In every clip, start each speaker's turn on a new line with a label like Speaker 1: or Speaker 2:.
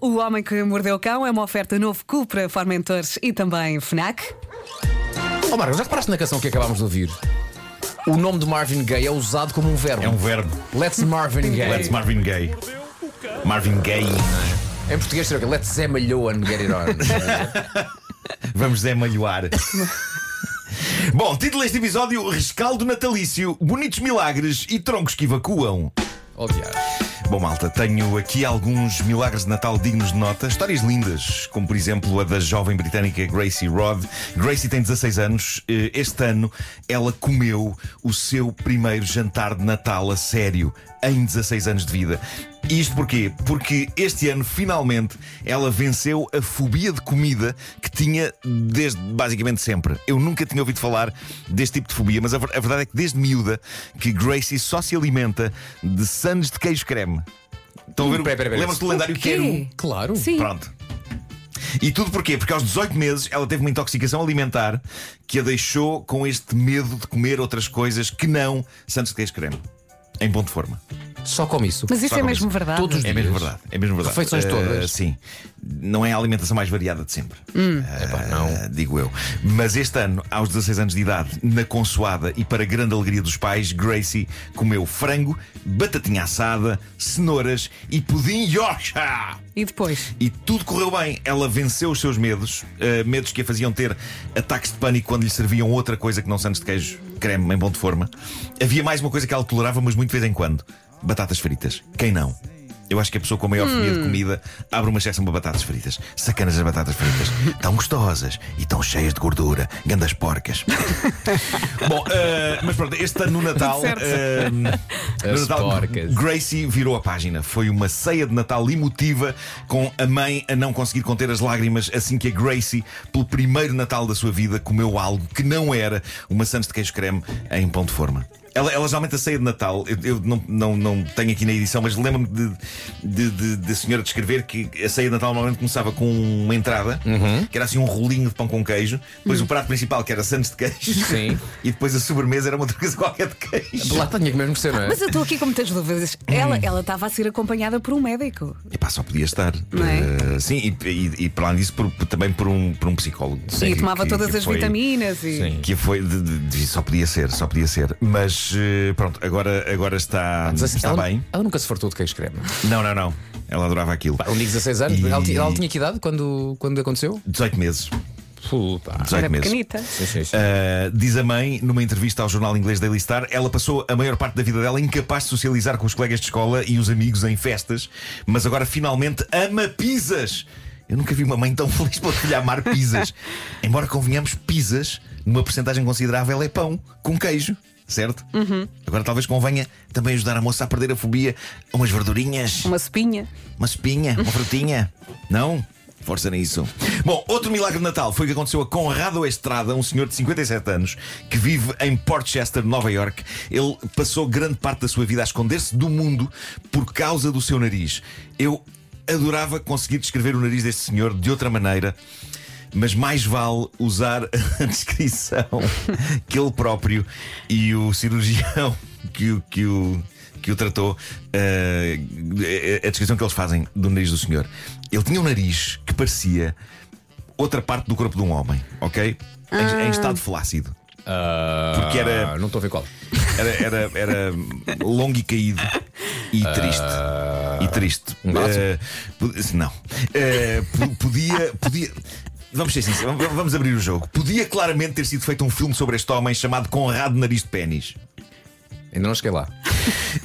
Speaker 1: O Homem que Mordeu o Cão é uma oferta novo Cupra Formentores e também FNAC.
Speaker 2: Ó Marcos, já reparaste na canção que acabámos de ouvir? O nome de Marvin Gaye é usado como um verbo.
Speaker 3: É um verbo.
Speaker 2: Let's Marvin Gaye.
Speaker 3: Let's Marvin Gaye. Marvin Gaye.
Speaker 2: Em português seria o quê? Let's Zé Malhoan get it on.
Speaker 3: Vamos demalhoar. Bom, título deste episódio: Rescaldo Natalício, Bonitos Milagres e Troncos que Evacuam.
Speaker 2: Oh, diabo.
Speaker 3: Bom, malta, tenho aqui alguns milagres de Natal dignos de nota. Histórias lindas, como por exemplo a da jovem britânica Gracie Rod. Gracie tem 16 anos. Eh, Este ano ela comeu o seu primeiro jantar de Natal a sério, em 16 anos de vida. E Isto porquê? Porque este ano, finalmente, ela venceu a fobia de comida que tinha desde basicamente sempre. Eu nunca tinha ouvido falar deste tipo de fobia, mas a, ver- a verdade é que desde miúda que Gracie só se alimenta de sandes de queijo creme. Estão a
Speaker 1: Hum.
Speaker 3: ver? o-
Speaker 2: Pera, pera, pera.
Speaker 3: Lembram-se do lendário
Speaker 1: O quê?
Speaker 3: Quero?
Speaker 2: Claro.
Speaker 1: Sim.
Speaker 3: Pronto. E tudo porquê? Porque aos 18 meses ela teve uma intoxicação alimentar que a deixou com este medo de comer outras coisas que não sandes de queijo creme. Em ponto de forma.
Speaker 2: Só como isso.
Speaker 1: Mas isso
Speaker 3: Só
Speaker 1: é
Speaker 3: com
Speaker 1: mesmo
Speaker 3: isso.
Speaker 1: verdade.
Speaker 2: Todos os
Speaker 3: É
Speaker 2: dias.
Speaker 3: mesmo verdade, é mesmo verdade.
Speaker 2: Refeições
Speaker 3: Eh,
Speaker 2: todas. Hum.
Speaker 3: Sim. Não é a alimentação mais variada de sempre. Eh, Digo eu. Mas este ano, aos 16 anos de idade, na consoada e para grande alegria dos pais, Gracie comeu frango, batatinha assada, cenouras e pudim Yorkshire.
Speaker 1: E depois?
Speaker 3: E tudo correu bem. Ela venceu os seus medos, eh, medos que a faziam ter ataques de pânico quando lhe serviam outra coisa que não sandes de queijo creme em bom de forma. Havia mais uma coisa que ela tolerava, mas muito de vez em quando: batatas fritas. Quem não? Eu acho que a pessoa com a maior fobia de comida abre uma exceção para batatas fritas. Sacanas as batatas fritas. Tão gostosas e tão cheias de gordura. Gandas porcas. Bom, eh, mas pronto, este ano no Natal.
Speaker 1: Certo.
Speaker 3: eh,
Speaker 2: As
Speaker 3: no Natal,
Speaker 2: porcas.
Speaker 3: Gracie virou a página. Foi uma ceia de Natal emotiva, com a mãe a não conseguir conter as lágrimas assim que a Gracie, pelo primeiro Natal da sua vida, comeu algo que não era uma Santos de queijo creme em pão de forma. Ela, ela geralmente a ceia de Natal, eu, eu não, não, não tenho aqui na edição, mas lembro-me de, de, de- da senhora descrever que a ceia de Natal normalmente começava com uma entrada, que era assim um rolinho de pão com queijo, depois o prato principal que era Santos de queijo,
Speaker 2: Sim.
Speaker 3: e depois a sobremesa era uma outra coisa qualquer de queijo.
Speaker 2: Lá tinha que mesmo ser, não é?
Speaker 1: Mas eu estou aqui com muitas dúvidas. Ela ela estava a ser acompanhada por um médico.
Speaker 3: Epá, só podia estar.
Speaker 1: Não é?
Speaker 3: Eh, sim, e, e- e para além disso, por- por- também por um, por um psicólogo.
Speaker 1: E
Speaker 3: Que-
Speaker 1: tomava
Speaker 3: que-
Speaker 1: todas
Speaker 3: que
Speaker 1: as
Speaker 3: foi-
Speaker 1: vitaminas e.
Speaker 2: Sim.
Speaker 3: Que foi. de- de- de- só podia ser, só podia ser. Mas eh, pronto, agora, agora está,
Speaker 2: Mas assim,
Speaker 3: está
Speaker 2: ela,
Speaker 3: bem.
Speaker 2: ela nunca se fartou de queijo creme.
Speaker 3: Não, não, não. Ela adorava aquilo.
Speaker 2: Ela tinha 16 anos.
Speaker 3: E-
Speaker 2: Ela, tinha, ela tinha que idade quando, quando aconteceu?
Speaker 3: 18 meses.
Speaker 2: Puta.
Speaker 3: 18
Speaker 1: Era
Speaker 3: meses.
Speaker 1: pequenita.
Speaker 2: Sim, sim, sim.
Speaker 3: Uh, diz a mãe, numa entrevista ao jornal inglês Daily Star, ela passou a maior parte da vida dela incapaz de socializar com os colegas de escola e os amigos em festas, mas agora finalmente ama pizzas. Eu nunca vi uma mãe tão feliz pela filha amar pizzas. Embora convenhamos, pizzas, numa porcentagem considerável, é pão com queijo, certo? Agora talvez convenha também ajudar a moça a perder a fobia a umas verdurinhas.
Speaker 1: Uma sopinha.
Speaker 3: Uma espinha, uma frutinha. Não? Força nisso. Bom, outro milagre de Natal foi o que aconteceu a Conrado Estrada, um senhor de 57 anos que vive em Portchester, Nova York. Ele passou grande parte da sua vida a esconder-se do mundo por causa do seu nariz. Eu adorava conseguir descrever o nariz deste senhor de outra maneira, mas mais vale usar a descrição que ele próprio e o cirurgião que o, que o, que o tratou, eh, a descrição que eles fazem do nariz do senhor. Ele tinha um nariz que parecia outra parte do corpo de um homem, ok? Em- em estado flácido. Porque era-
Speaker 2: Não estou a ver qual.
Speaker 3: Era, era, era longo e caído e triste. E triste. Eh, pod- não. Eh, po- podia. podia Vamos ser sinceros, vamos- vamos abrir o jogo. Podia claramente ter sido feito um filme sobre este homem chamado Conrado Nariz de Pênis.
Speaker 2: Ainda não cheguei lá.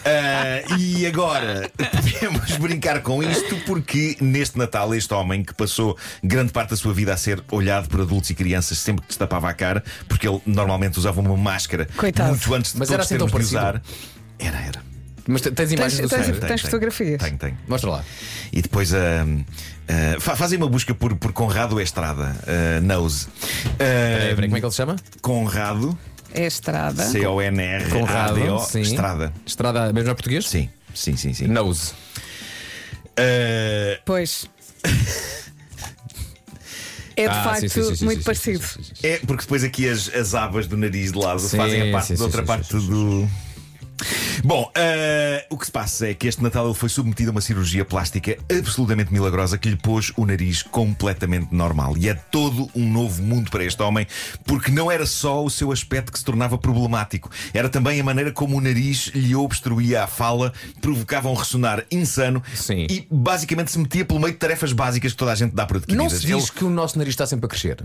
Speaker 3: Ah, e agora podemos brincar com isto porque neste Natal este homem que passou grande parte da sua vida a ser olhado por adultos e crianças sempre que destapava a cara, porque ele normalmente usava uma máscara
Speaker 1: Coitado.
Speaker 3: muito antes de
Speaker 2: Mas
Speaker 3: todos
Speaker 2: era assim tão
Speaker 3: termos de usar.
Speaker 2: parecido?
Speaker 3: Era, era.
Speaker 2: Mas te- tens imagens do
Speaker 1: tens-
Speaker 2: senhor?
Speaker 3: Tenho, tenho.
Speaker 1: fotografias?
Speaker 3: Tenho, tenho.
Speaker 2: Mostra lá.
Speaker 3: E depois ah, ah, fa- fazem uma busca por, por Conrado Estrada, ah, Nose. Ah,
Speaker 2: Peraí, peraí, como é que ele se chama?
Speaker 3: Conrado,
Speaker 1: É a estrada.
Speaker 3: C-O-N-R-A-D-O,
Speaker 2: Ah, sim.
Speaker 3: Estrada.
Speaker 2: Estrada, mesmo é português?
Speaker 3: Sim, sim, sim. sim.
Speaker 2: Nose.
Speaker 3: Ah,
Speaker 1: Pois. É de
Speaker 2: Ah,
Speaker 1: facto
Speaker 2: sim, sim, sim, sim,
Speaker 1: muito
Speaker 2: sim,
Speaker 1: parecido.
Speaker 2: sim, sim, sim, sim.
Speaker 3: É, porque depois aqui as, as abas do nariz de lado
Speaker 2: Sim,
Speaker 3: fazem a parte
Speaker 2: sim,
Speaker 3: da outra
Speaker 2: sim,
Speaker 3: parte
Speaker 2: sim, sim,
Speaker 3: do. Bom, eh, o que se passa é que este Natal ele foi submetido a uma cirurgia plástica absolutamente milagrosa que lhe pôs o nariz completamente normal. E é todo um novo mundo para este homem, porque não era só o seu aspecto que se tornava problemático, era também a maneira como o nariz lhe obstruía a fala, provocava um ressonar insano
Speaker 2: Sim.
Speaker 3: e basicamente se metia pelo meio de tarefas básicas que toda a gente dá por adquiridas.
Speaker 2: Não se
Speaker 3: Ele,
Speaker 2: diz que é o nosso nariz está sempre a crescer.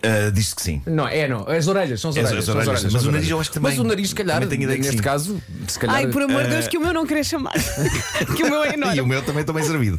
Speaker 3: eh, diz que sim.
Speaker 2: Não, é, não. As orelhas são as
Speaker 3: As-
Speaker 2: orelhas.
Speaker 3: as
Speaker 2: são as
Speaker 3: orelhas,
Speaker 2: orelhas,
Speaker 3: mas
Speaker 2: são as
Speaker 3: o nariz
Speaker 2: orelhas.
Speaker 3: eu acho que também-
Speaker 2: Mas o nariz, se calhar,
Speaker 3: também tenho ideia que
Speaker 2: neste
Speaker 3: sim.
Speaker 2: caso, se calhar.
Speaker 1: Ai, por amor de Deus, que o meu não cresça mais. que o meu é
Speaker 3: E o
Speaker 1: enorme.
Speaker 3: meu também está bem servido.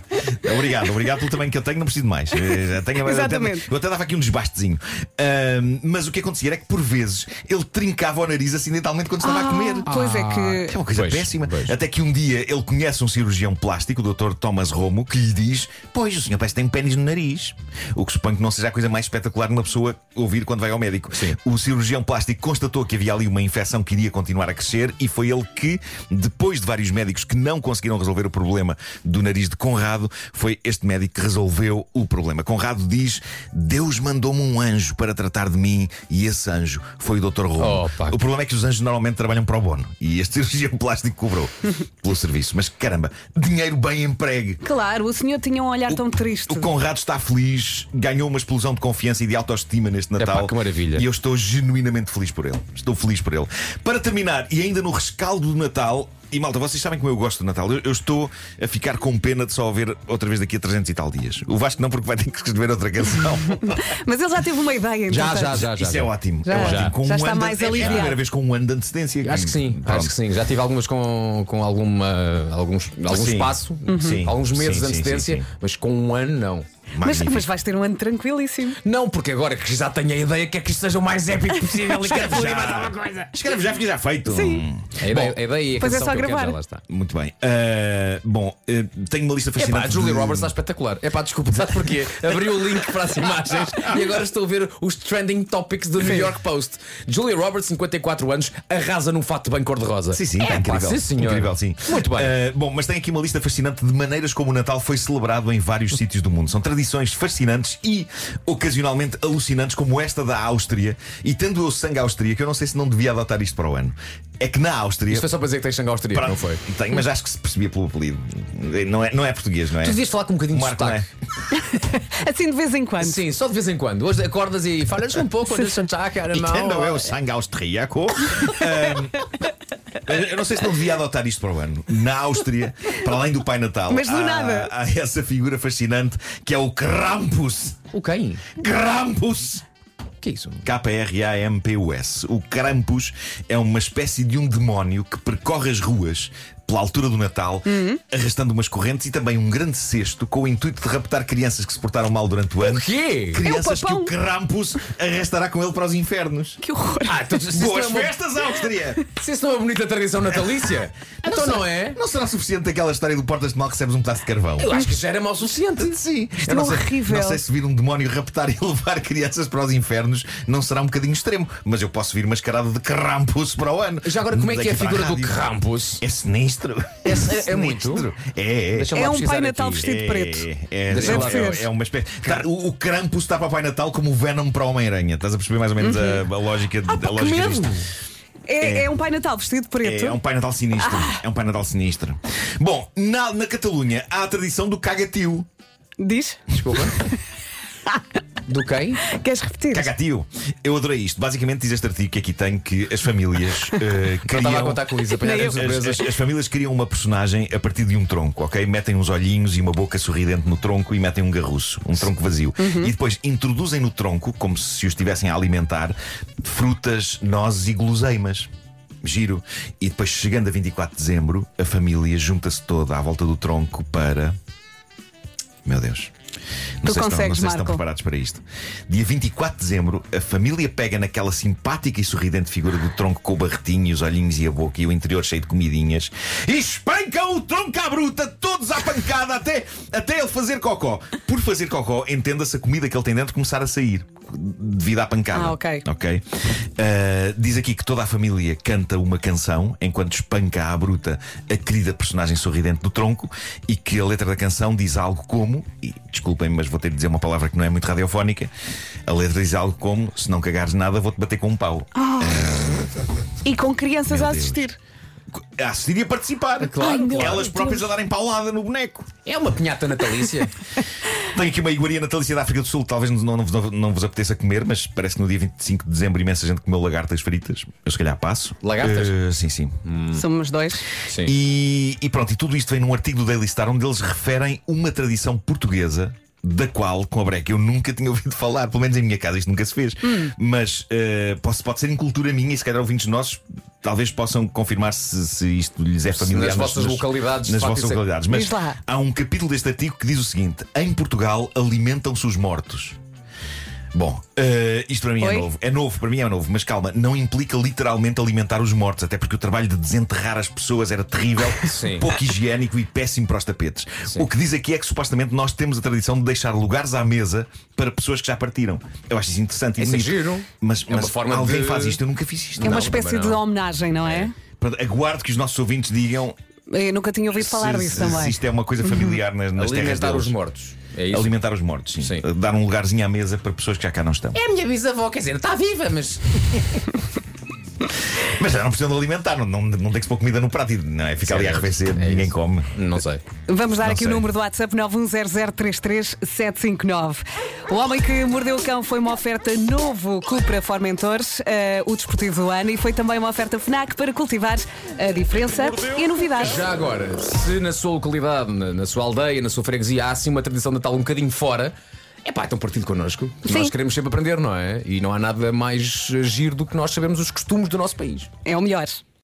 Speaker 3: Obrigado, obrigado pelo tamanho que eu tenho, não preciso de mais. Eu, já tenho- eu
Speaker 1: Exatamente.
Speaker 3: até, eu até dava aqui um desbastezinho. Ahm, mas o que acontecia era que por vezes ele trincava o nariz acidentalmente quando estava a comer.
Speaker 1: Ah, Pois é
Speaker 3: É
Speaker 1: que.
Speaker 3: uma coisa
Speaker 2: Pois,
Speaker 3: péssima.
Speaker 2: pois.
Speaker 3: Até que um dia ele conhece um cirurgião plástico, o Dr. Thomas Romo, que lhe diz: Pois, o senhor parece que tem pênis no nariz. O que suponho que não seja a coisa mais espetacular de uma pessoa ouvir quando vai ao médico.
Speaker 2: Sim.
Speaker 3: O cirurgião plástico constatou que havia ali uma infecção que iria continuar a crescer e foi ele que, depois de vários médicos que não conseguiram resolver o problema do nariz de Conrado, foi este médico que resolveu o problema. Conrado diz: Deus mandou-me um anjo para tratar de mim e esse anjo foi o Dr. Romo.
Speaker 2: Opa,
Speaker 3: O problema é que os anjos normalmente trabalham para o bono e este cirurgião plástico cobrou pelo serviço. Mas caramba, dinheiro bem empregue.
Speaker 1: Claro, o senhor tinha um olhar tão triste.
Speaker 3: O Conrado está feliz, ganhou uma explosão de confiança e de autoestima neste Natal.
Speaker 2: Epá, que maravilha.
Speaker 3: E eu estou genuinamente feliz por ele. Estou feliz por ele. Para terminar, e ainda no rescaldo do Natal. E malta, vocês sabem como eu gosto do Natal. Eu, eu estou a ficar com pena de só o ver outra vez daqui a 300 e tal dias. O Vasco não, porque vai ter que escrever outra canção.
Speaker 1: Mas ele já teve uma ideia, então.
Speaker 2: Já, já, já, já.
Speaker 3: Isso
Speaker 2: já.
Speaker 3: é ótimo.
Speaker 1: Já.
Speaker 3: é ótimo.
Speaker 2: Já.
Speaker 3: Com
Speaker 1: Já
Speaker 3: um
Speaker 1: está
Speaker 3: ano de-
Speaker 1: mais
Speaker 3: é a
Speaker 1: aliviado.
Speaker 3: primeira vez com um ano de antecedência.
Speaker 2: Acho que sim,
Speaker 3: Pronto.
Speaker 2: acho que sim. Já tive algumas com, com alguma, alguns, algum
Speaker 3: Sim.
Speaker 2: espaço,
Speaker 3: Sim.
Speaker 2: alguns meses de
Speaker 3: Sim, sim,
Speaker 2: antecedência,
Speaker 3: sim, sim.
Speaker 2: mas com um ano não.
Speaker 1: Mas,
Speaker 3: Magnífico.
Speaker 1: mas vais ter um ano tranquilíssimo.
Speaker 2: Não, porque agora que já tenho a ideia que é que isto seja o mais épico possível e quero fazer mais alguma coisa.
Speaker 3: Escreve já, fica já feito. Sim.
Speaker 2: A ideia, a ideia e a
Speaker 1: Pois é
Speaker 2: canção
Speaker 1: só
Speaker 2: que eu quero
Speaker 1: gravar.
Speaker 2: já lá está.
Speaker 3: Muito bem. Ah, bom, eh, tenho uma lista
Speaker 2: Epá,
Speaker 3: fascinante.
Speaker 2: a Julia
Speaker 3: de-
Speaker 2: Roberts está espetacular. Epá, desculpa, sabe porquê? Abri o link para as imagens e agora estou a ver os trending topics do New York Post. Julia Roberts, 54 anos, arrasa num fato de banho cor-de-rosa.
Speaker 3: Sim, sim, está
Speaker 2: Epá,
Speaker 3: incrível.
Speaker 2: Sim, senhor. Eh,
Speaker 3: Incrível, sim.
Speaker 2: Muito bem.
Speaker 3: Ah, bom, mas tem aqui uma lista fascinante de maneiras como o Natal foi celebrado em vários sítios do mundo. São tradições fascinantes e ocasionalmente alucinantes, como esta da Áustria. E tendo eu sangue austríaco, eu não sei se não devia adotar isto para o ano. É que na Áustria.
Speaker 2: Isto foi só para dizer que tens sangue austríaco,
Speaker 3: Pra-
Speaker 2: não foi?
Speaker 3: Tenho, mas acho que se percebia pelo apelido. Não é, não é português, não é?
Speaker 2: Tu devias falar com um bocadinho
Speaker 3: Marco,
Speaker 2: de
Speaker 3: não é?
Speaker 2: sotaque.
Speaker 1: Assim de vez em quando.
Speaker 2: Sim, só de vez em quando. Hoje acordas e falas um pouco, olha Sanchak, era
Speaker 3: E quem não é
Speaker 2: mal.
Speaker 3: o sangue austríaco. Ahm, eu não sei se não devia adotar isto para o ano. Na Áustria, para além do Pai Natal,
Speaker 1: Mas do
Speaker 3: há,
Speaker 1: nada.
Speaker 3: há essa figura fascinante que é o Krampus.
Speaker 2: O quem?
Speaker 3: Krampus!
Speaker 2: O que é isso?
Speaker 3: K-R-A-M-P-U-S. O Krampus é uma espécie de um demónio que percorre as ruas pela altura do Natal,
Speaker 1: Uhum.
Speaker 3: arrastando umas correntes e também um grande cesto com o intuito de raptar crianças que se portaram mal durante o ano.
Speaker 2: quê?
Speaker 3: Crianças que
Speaker 1: É papão.
Speaker 3: o Krampus arrastará com ele para os infernos.
Speaker 1: Que horror.
Speaker 2: Ah, então, se, isso não é
Speaker 3: Boas
Speaker 2: uma,
Speaker 3: festas, Áustria!
Speaker 2: se isso não é uma bonita tradição natalícia, então não é?
Speaker 3: Não será suficiente aquela história do Portas de Mal que recebes um pedaço de carvão?
Speaker 2: Eu acho que já era mal suficiente.
Speaker 3: Sim,
Speaker 1: é
Speaker 3: Eu não sei,
Speaker 1: horrível.
Speaker 3: Não sei se vir um demónio raptar e levar crianças para os infernos não será um bocadinho extremo, mas eu posso vir mascarado de Krampus para o ano.
Speaker 2: Já agora, como é que é a
Speaker 3: Daqui para
Speaker 2: figura do
Speaker 3: rádio.
Speaker 2: Krampus?
Speaker 3: É sinistro.
Speaker 2: É- é muito?
Speaker 3: sinistro. É, é.
Speaker 2: Deixa-me
Speaker 1: É
Speaker 2: lá
Speaker 1: um
Speaker 2: pesquisar
Speaker 1: Pai Natal
Speaker 2: aqui.
Speaker 1: vestido de preto.
Speaker 3: É, é,
Speaker 2: Deixa
Speaker 3: é-
Speaker 2: lá
Speaker 3: é-
Speaker 1: ver.
Speaker 3: é uma espécie. tá, o, o Krampus está para o Pai Natal como o Venom para o Homem-Aranha. Estás a perceber mais ou menos a, a lógica,
Speaker 2: Uhum. Ah, pá,
Speaker 3: a
Speaker 2: que
Speaker 3: lógica
Speaker 2: medo.
Speaker 3: disto?
Speaker 1: É, é um Pai Natal vestido de preto.
Speaker 3: É, é um Pai Natal sinistro. É um Pai Natal sinistro. Bom, na, na Catalunha há a tradição do cagatio.
Speaker 1: Diz?
Speaker 2: Desculpa. Do quem?
Speaker 1: Queres repetir?
Speaker 3: Cagatio. Eu adorei isto. Basicamente diz este artigo que aqui tem que as famílias eh,
Speaker 2: Não estava a
Speaker 3: criam.
Speaker 2: contar com isso, apanhar
Speaker 1: Nem
Speaker 2: as
Speaker 1: eu.
Speaker 3: As,
Speaker 2: surpresas.
Speaker 3: as- as famílias criam uma personagem a partir de um tronco, ok? Metem uns olhinhos e uma boca sorridente no tronco e metem um garruço, um tronco vazio.
Speaker 2: Uhum.
Speaker 3: E depois introduzem no tronco, como se os estivessem a alimentar, frutas, nozes e guloseimas. Giro. E depois, chegando a 24 de dezembro, a família junta-se toda à volta do tronco para. Meu Deus.
Speaker 1: Tu
Speaker 3: Não sei, se estão- não
Speaker 1: consegues,
Speaker 3: sei se estão
Speaker 1: Marco.
Speaker 3: preparados para isto. Dia 24 de dezembro, a família pega naquela simpática e sorridente figura do tronco com o barretinho, e os olhinhos e a boca e o interior cheio de comidinhas e espancam o tronco à bruta, todos à pancada, até, até ele fazer cocó. Por fazer cocó, entenda-se a comida que ele tem dentro começar a sair devido à pancada.
Speaker 1: Ah, ok.
Speaker 3: Ok. Ah, diz aqui que toda a família canta uma canção enquanto espanca à bruta a querida personagem sorridente do tronco e que a letra da canção diz algo como, e desculpem-me, mas vou ter de dizer uma palavra que não é muito radiofónica. A letra diz algo como:
Speaker 2: Ah.
Speaker 3: se não cagares nada, vou-te bater com um pau.
Speaker 1: E com crianças
Speaker 3: Meu
Speaker 1: a
Speaker 3: Deus.
Speaker 1: assistir.
Speaker 3: a assistir e a participar.
Speaker 2: Claro, Ai, meu claro.
Speaker 3: Elas próprias a darem paulada no boneco.
Speaker 2: É uma pinhata natalícia.
Speaker 3: Tenho aqui uma iguaria natalícia da África do Sul, talvez não, não, não- não vos apeteça comer, mas parece que no dia 25 de dezembro imensa gente comeu lagartas fritas. Eu se calhar passo.
Speaker 2: Lagartas?
Speaker 3: Eh, sim, sim.
Speaker 1: Somos dois.
Speaker 2: Sim.
Speaker 3: E, e pronto, e tudo isto vem num artigo do Daily Star onde eles referem uma tradição portuguesa. Da qual, com a breca, eu nunca tinha ouvido falar, pelo menos em minha casa isto nunca se fez.
Speaker 1: Hum.
Speaker 3: Mas eh, posso- pode ser em cultura minha, e se calhar ouvintes nossos talvez possam confirmar se, se isto lhes é familiar.
Speaker 2: nas vossas localidades, de
Speaker 3: Nas
Speaker 2: facto,
Speaker 3: vossas
Speaker 2: isso é-
Speaker 3: localidades. Mas
Speaker 1: Diz lá.
Speaker 3: há um capítulo deste artigo que diz o seguinte: em Portugal alimentam-se os mortos. Bom, eh, isto para mim
Speaker 1: Oi?
Speaker 3: é novo. É novo, para mim é novo, mas calma, não implica literalmente alimentar os mortos, até porque o trabalho de desenterrar as pessoas era terrível,
Speaker 2: Sim.
Speaker 3: pouco higiênico e péssimo para os tapetes. O que diz aqui é que supostamente nós temos a tradição de deixar lugares à mesa para pessoas que já partiram. Eu acho isso interessante e
Speaker 2: Isso é
Speaker 3: bonito.
Speaker 2: giro.
Speaker 3: Mas,
Speaker 2: É uma
Speaker 3: mas
Speaker 2: forma
Speaker 3: alguém
Speaker 2: de-
Speaker 3: faz isto, eu nunca fiz isto.
Speaker 1: É uma
Speaker 3: Não.
Speaker 1: espécie de
Speaker 2: também não.
Speaker 1: homenagem, não é?
Speaker 3: Portanto, Aguardo que os nossos ouvintes digam
Speaker 1: Eu nunca tinha ouvido falar
Speaker 3: É. se,
Speaker 1: disso
Speaker 3: se- se
Speaker 1: também.
Speaker 3: isto é uma coisa familiar nas, nas terras
Speaker 2: Alimentar
Speaker 3: deles.
Speaker 2: os mortos. É isso.
Speaker 3: Alimentar os mortos, sim.
Speaker 2: Sim.
Speaker 3: Dar um lugarzinho à mesa para pessoas que já cá não estão.
Speaker 2: É a minha bisavó, quer dizer, está viva, mas.
Speaker 3: Mas já não precisam de alimentar, não, não, não tem que se pôr comida no prato, e não é? Fica ali a
Speaker 2: Certo.
Speaker 3: arrefecer,
Speaker 2: É
Speaker 3: ninguém
Speaker 2: isso.
Speaker 3: come.
Speaker 2: Não sei.
Speaker 1: Vamos dar
Speaker 3: Não
Speaker 1: aqui o
Speaker 3: sei.
Speaker 1: número do WhatsApp 910033759. O Homem que Mordeu o Cão foi uma oferta novo Cupra Formentores, eh, o desportivo do ano, e foi também uma oferta FNAC para cultivar a diferença e a novidade.
Speaker 2: Já agora, se na sua localidade, na, na sua aldeia, na sua freguesia, há assim uma tradição de Natal um bocadinho fora. É pá, então partilhe connosco.
Speaker 1: Sim.
Speaker 2: Nós queremos sempre aprender, não é? E não há nada mais eh, giro do que nós sabemos os costumes do nosso país.
Speaker 1: É o melhor.